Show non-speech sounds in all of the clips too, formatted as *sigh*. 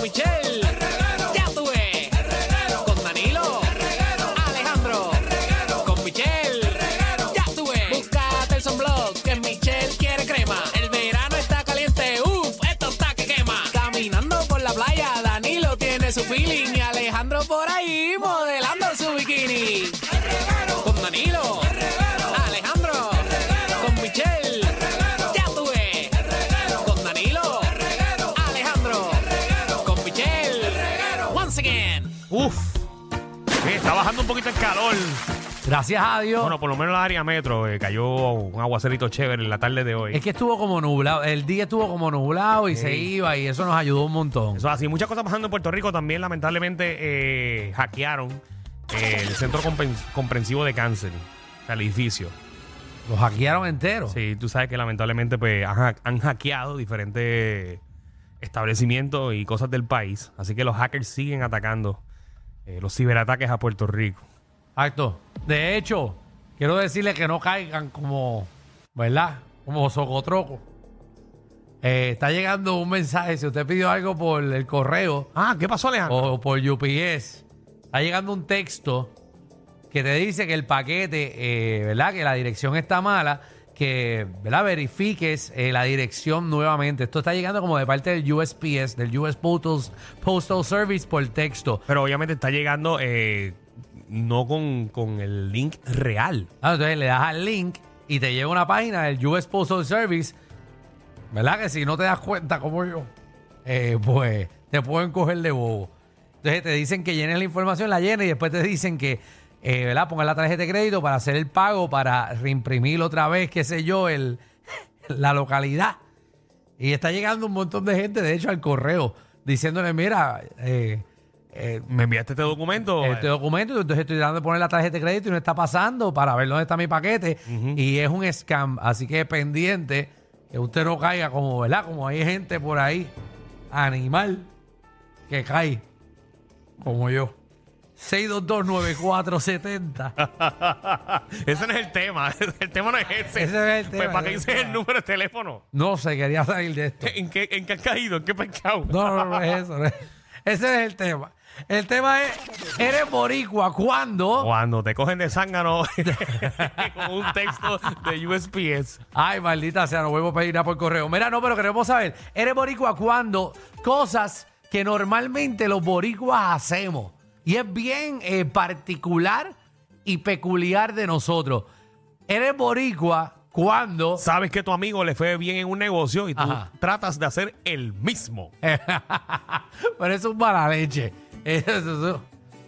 Michelle. Ya tuve. Con Danilo. Alejandro. Con Michelle. Ya tuve. Búscate el sunblock que Michelle quiere crema. El verano está caliente. Uf, esto está que quema. Caminando por la playa, Danilo tiene su feeling y Alejandro por ahí modelando su bikini. Con Danilo. Alejandro. Con Michelle. Ya tuve. Con Danilo. Alejandro. Con Michelle. Once again. Uf. Mira, está bajando un poquito el calor. Gracias a Dios. Bueno, por lo menos la área metro eh, cayó un aguacerito chévere en la tarde de hoy. es que estuvo como nublado. El día estuvo como nublado y se iba y eso nos ayudó un montón. Eso es así. Muchas cosas pasando en Puerto Rico también, lamentablemente, eh, hackearon eh, el Centro Compen- Comprensivo de Cáncer, o sea, el edificio. Lo hackearon entero. Sí, tú sabes que lamentablemente pues, han, ha- han hackeado diferentes establecimientos y cosas del país. Así que los hackers siguen atacando eh, los ciberataques a Puerto Rico. Exacto. De hecho, quiero decirles que no caigan como, ¿verdad? Como socotroco. Eh, está llegando un mensaje. Si usted pidió algo por el correo Ah, ¿qué pasó, Alejandro? o por UPS, está llegando un texto que te dice que el paquete, eh, ¿verdad? Que la dirección está mala, que, ¿verdad? Verifiques eh, la dirección nuevamente. Esto está llegando como de parte del USPS, del US Postal, Postal Service por texto. Pero obviamente está llegando eh, no con, con el link real. Ah, entonces le das al link y te lleva a una página del US Postal Service, ¿verdad? Que si no te das cuenta, como yo, eh, pues te pueden coger de bobo. Entonces te dicen que llenes la información, la llenes y después te dicen que, eh, ¿verdad? Pongas la tarjeta de crédito para hacer el pago, para reimprimir otra vez, qué sé yo, el, *laughs* la localidad. Y está llegando un montón de gente, de hecho, al correo, diciéndole, mira, eh, eh, ¿Me enviaste este documento? este documento, entonces estoy tratando de poner la tarjeta de crédito y no está pasando para ver dónde está mi paquete. Y es un scam, así que pendiente que usted no caiga como, ¿verdad? Como hay gente por ahí, animal, que cae, como yo. 6229470. Ah, ese no es el tema. *laughs* El tema no es ese. Ese es el Pues, tema, ¿Para qué ese es dices el el tema. número de teléfono? *laughs* No sé, quería salir de esto. ¿En qué, en qué has caído? ¿En qué pescado? No, no, no es eso. no es- Ese es el tema. El tema es, ¿eres boricua cuando? Cuando te cogen de zángano *laughs* con un texto de USPS. Ay, maldita sea, no vuelvo a pedir nada por correo. Mira, no, pero queremos saber, ¿eres boricua cuando cosas que normalmente los boricuas hacemos? Y es bien eh, particular y peculiar de nosotros. ¿Eres boricua cuando... *laughs* Sabes que tu amigo le fue bien en un negocio y tú Ajá. tratas de hacer el mismo. pero eso es mala leche. *laughs* Eso- eso-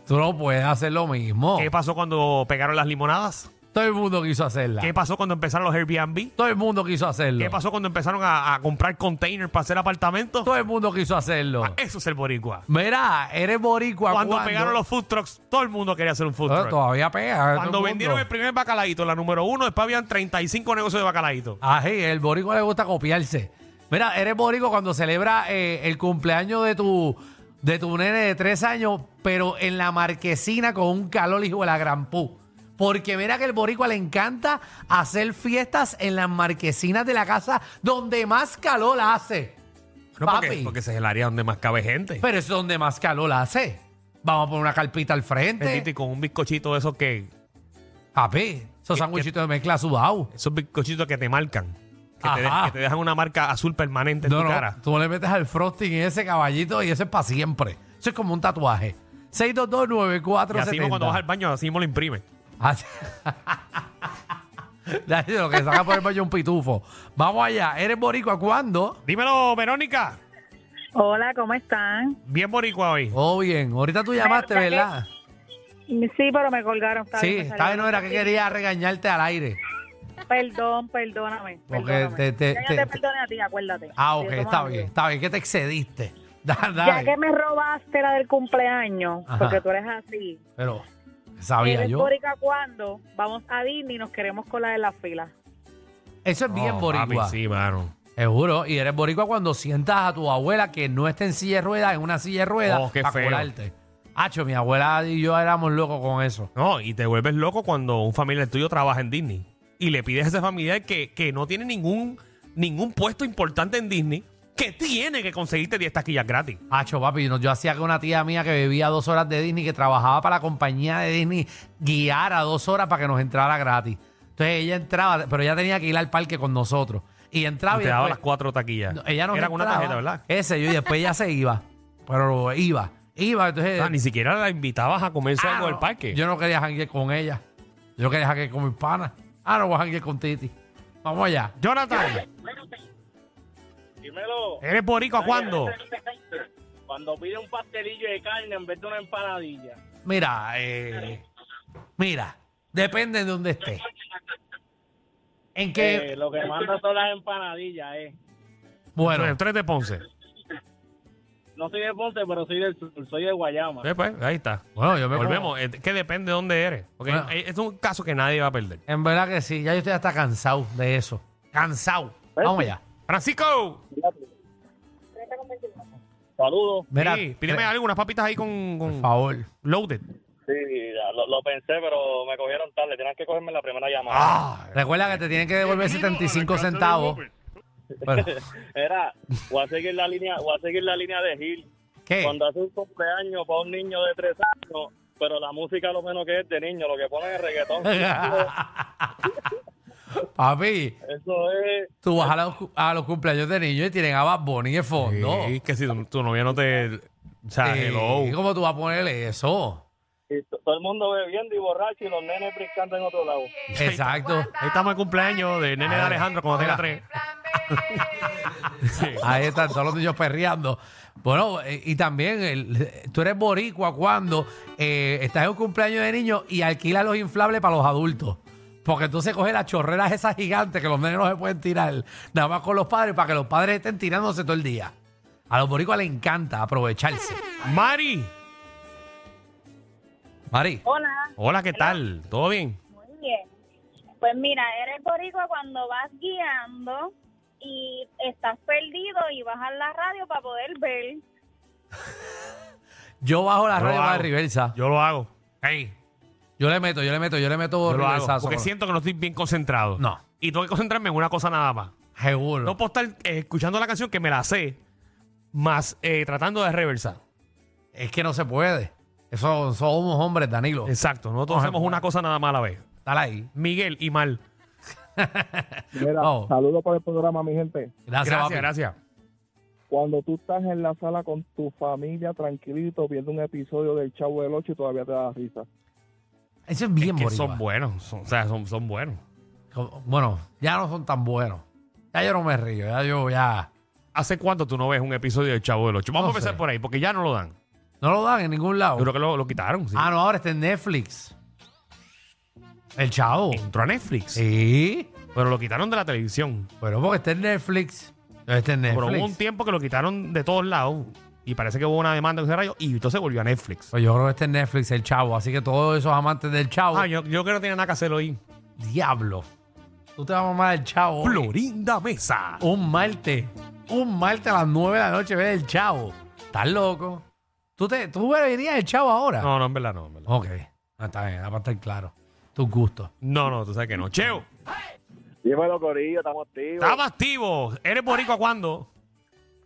tú no puedes hacer lo mismo. ¿Qué pasó cuando pegaron las limonadas? Todo el mundo quiso hacerla. ¿Qué pasó cuando empezaron los Airbnb? Todo el mundo quiso hacerlo. ¿Qué pasó cuando empezaron a, a comprar containers para hacer apartamentos? Todo el mundo quiso hacerlo. Ah, Eso es el boricua. Mira, eres boricua Cuando cuando... pegaron los food trucks, todo el mundo quería hacer un food Bueno, truck. Todavía pega. todo el Cuando mundo. vendieron el primer bacalaíto, la número uno, después habían 35 negocios de bacalaíto. Ají, el boricua le gusta copiarse. Mira, eres boricua cuando celebra eh, el cumpleaños de tu, de tu nene de tres años, pero en la marquesina con un calor hijo de la gran pu. Porque mira que el boricua le encanta hacer fiestas en las marquesinas de la casa donde más calor hace. No, Papi, porque, porque ese es el área donde más cabe gente. pero es donde más calor hace. Vamos a poner una carpita al Bendito, y frente. con un bizcochito de esos que. Papi, ¿Qué- esos sandwichitos de mezcla sudado. Esos bizcochitos que te marcan. que te, de- Ajá. que te dejan una marca azul permanente en No, tu no, cara. tú le metes al frosting y ese caballito y eso es para siempre. Eso es como un tatuaje. Y así mismo cuando vas al 6229470. baño, así mismo lo imprime. Así- *laughs* Ya, Lo que saca por el baño es un pitufo. Vamos allá. ¿Eres boricua cuándo? Dímelo, Verónica. Hola, ¿cómo están? Bien boricua hoy. Oh, bien. Ahorita tú llamaste, Pero, ¿ya ¿verdad? Sí, pero me colgaron. está Sí, bien, me esta salió. vez no era que quería regañarte al aire. Perdón, perdóname. Porque perdóname. te- te- Ya yo te- te, te- perdoné a ti, acuérdate. Ah, Sí, ok, somos está amigos. bien, está bien, que te excediste. *laughs* Da- Ya dale. que me robaste la del cumpleaños, Ajá. porque tú eres así. Pero, sabía ¿Eres yo. bórica cuando vamos a Disney y nos queremos con la de la fila? Eso es bien Oh, boricua. papi, sí, mano. Seguro, y eres boricua cuando sientas a tu abuela que no está en silla de ruedas, en una silla de ruedas, Oh, qué pa' feo. colarte. Hacho, mi abuela y yo éramos locos con eso. No, y te vuelves loco cuando un familiar tuyo trabaja en Disney. Y le pides a ese familiar que, que no tiene ningún, ningún puesto importante en Disney, que tiene que conseguirte 10 taquillas gratis. Hacho, papi, no- yo hacía que una tía mía que vivía dos horas de Disney, que trabajaba para la compañía de Disney, guiara dos horas para que nos entrara gratis. Entonces ella entraba, pero ella tenía que ir al parque con nosotros. Y entraba Y y, te daba las después- cuatro taquillas. Ah, pues. no, ella nos Era con una entraba, tarjeta, ¿verdad? Ese, yo, y después ella se iba. Pero iba, iba, entonces... O sea, Ah, ni siquiera la invitabas a comerse Ah, algo del no, parque. Yo no quería janguear con ella. Yo quería janguear con mis panas. Ah, no voy a janguear con Titi. Vamos allá. Jonathan, Dímelo. ¿eres boricua cuándo? Cuando pide un pastelillo de carne en vez de una empanadilla. Mira, eh, mira, depende de dónde esté. En qué, Eh, lo que manda son las empanadillas, eh. bueno, Tres- tres de Ponce. No soy de Ponce, pero soy del sur, soy de Guayama. Eh, pues, ahí está. bueno, yo me como- Volvemos. Eh, Que depende de dónde eres. Porque Bueno. eh, es un caso que nadie va a perder. En verdad que sí, ya yo estoy hasta cansado de eso. Cansado. Vamos allá. Francisco, Saludos. Mira, sí, pídeme tre- algo, unas papitas ahí con, con- por favor. loaded. Sí, lo, pensé, pero me cogieron tarde. Tienes que cogerme la primera llamada. Ah, Recuerda que te tienen que devolver 75 centavos. Pero, *laughs* Era, voy a seguir la línea, voy a seguir la línea de Gil. ¿Qué? Cuando hace un cumpleaños para un niño de tres años, pero la música lo menos que es de niño, lo que ponen es reggaetón. *laughs* Papi, Eso es... tú vas a los, cu- a los cumpleaños de niños y tienen a Bad Bunny de fondo. Sí, que si tu, tu novia no te. O sea, Eh, hello. ¿Cómo tú vas a ponerle eso? y to- todo el mundo bebiendo y borracho y los nenes brincando en otro lado. Exacto. Ahí estamos el cumpleaños de nene de Alejandro cuando tenga tres. Sí. Ahí están todos los niños perreando. Bueno, eh, y también el- tú eres boricua cuando eh, estás en un cumpleaños de niños y alquilas los inflables para los adultos. Porque entonces coge las chorreras esas gigantes que los nenes no se pueden tirar, nada más con los padres, para que los padres estén tirándose todo el día. A los boricuas les encanta aprovecharse. Mari, Mari, Hola, hola, ¿qué tal? ¿Todo bien? muy bien. Pues mira, eres boricua cuando vas guiando y estás perdido y bajas la radio para poder ver. yo bajo la Yo radio lo para hago. reversa. Yo, Yo lo hago. Ey, le meto, yo le meto, yo le meto yo lo hago. reversazo Porque con- siento que no estoy bien concentrado. No. Y tengo que concentrarme en una cosa nada más. Seguro. No puedo estar eh, escuchando la canción que me la sé, más eh, tratando de reversar. Es que no se puede. Eso somos hombres, Danilo. Exacto, nosotros Ajá. hacemos una cosa nada más a la vez. Dale ahí. Miguel y Mal. Mira, Vamos. saludos por el programa, mi gente. Gracias, Gracias, papi. gracias. Cuando tú estás en la sala con tu familia, tranquilito, viendo un episodio del Chavo del Ocho y todavía te da risa. Eso es bien Es que boricua. son buenos. son- o sea, son, son buenos. Como- Bueno, ya no son tan buenos. Ya yo no me río, ya yo ya... ¿Hace cuánto tú no ves un episodio del Chavo del Ocho? Vamos No a empezar sé. por ahí, porque ya no lo dan. No lo dan en ningún lado. Yo creo que lo, lo quitaron. sí. Ah, no, ahora está en Netflix. El chavo. Entró a Netflix. Sí. Pero lo quitaron de la televisión. Pero porque está en Netflix. Está en Pero hubo un Netflix. tiempo que lo quitaron de todos lados. Y parece que hubo una demanda en ese rayo. Y entonces volvió a Netflix. Pues yo creo que está en Netflix el chavo. Así que todos esos amantes del chavo... Ah, yo, yo creo que no tenía nada que hacer hoy. Diablo. Tú te vas a mamar el chavo. hoy. Florinda Mesa. Un martes. Un martes a las 9 de la noche ver el chavo. Estás loco. ¿Tú, te, tú verías el chavo ahora? No, no, en verdad no. en verdad. Ok. Ah, está bien, era para estar claro. Tus gustos. No, no, tú sabes que no. Cheo, Llévalo, Corillo, estamos activos. estaba activo. ¿Eres boricua cuándo?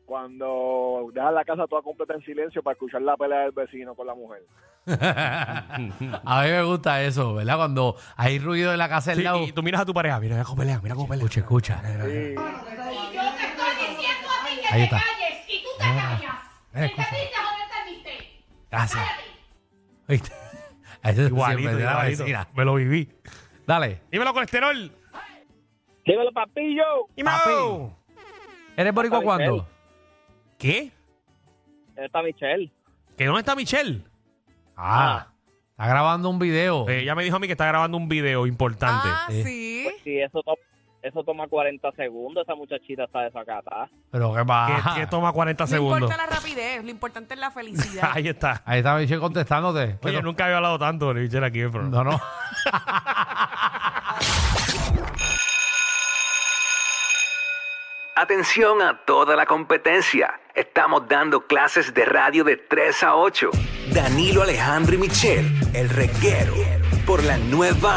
Cuando dejas la casa toda completa en silencio para escuchar la pelea del vecino con la mujer. a mí me gusta eso, ¿verdad? Cuando hay ruido de la casa del Sí, lado. y tú miras a tu pareja, mira cómo pelea, mira cómo pelea. Escucha, escucha. Sí. Ahí está. Eh, escucha. Gracias. ¿Viste? *laughs* Eso es Igualito, siempre de la igualito. vecina. Me lo viví. Dale. Dímelo, colesterol. Dímelo, papillo. Dímelo. ¿Eres boricua cuándo? ¿Qué? Está Michelle. ¿Que dónde está Michelle? Ah. Está grabando un video. Eh, ella me dijo a mí que está grabando un video importante. Ah, Sí. sí. Sí, eso, to- eso toma 40 segundos. Esa muchachita está desacatada. Pero qué Que, pasa. que toma 40 No segundos. importa la rapidez, lo importante es la felicidad. *laughs* Ahí está. Ahí está Michelle contestándote. Oye, Pero- nunca había hablado tanto de Michelle aquí en el programa. no, no. Atención a toda la competencia. Estamos dando clases de radio de 3 a 8. Danilo Alejandro y Michel, el reguero, por la nueva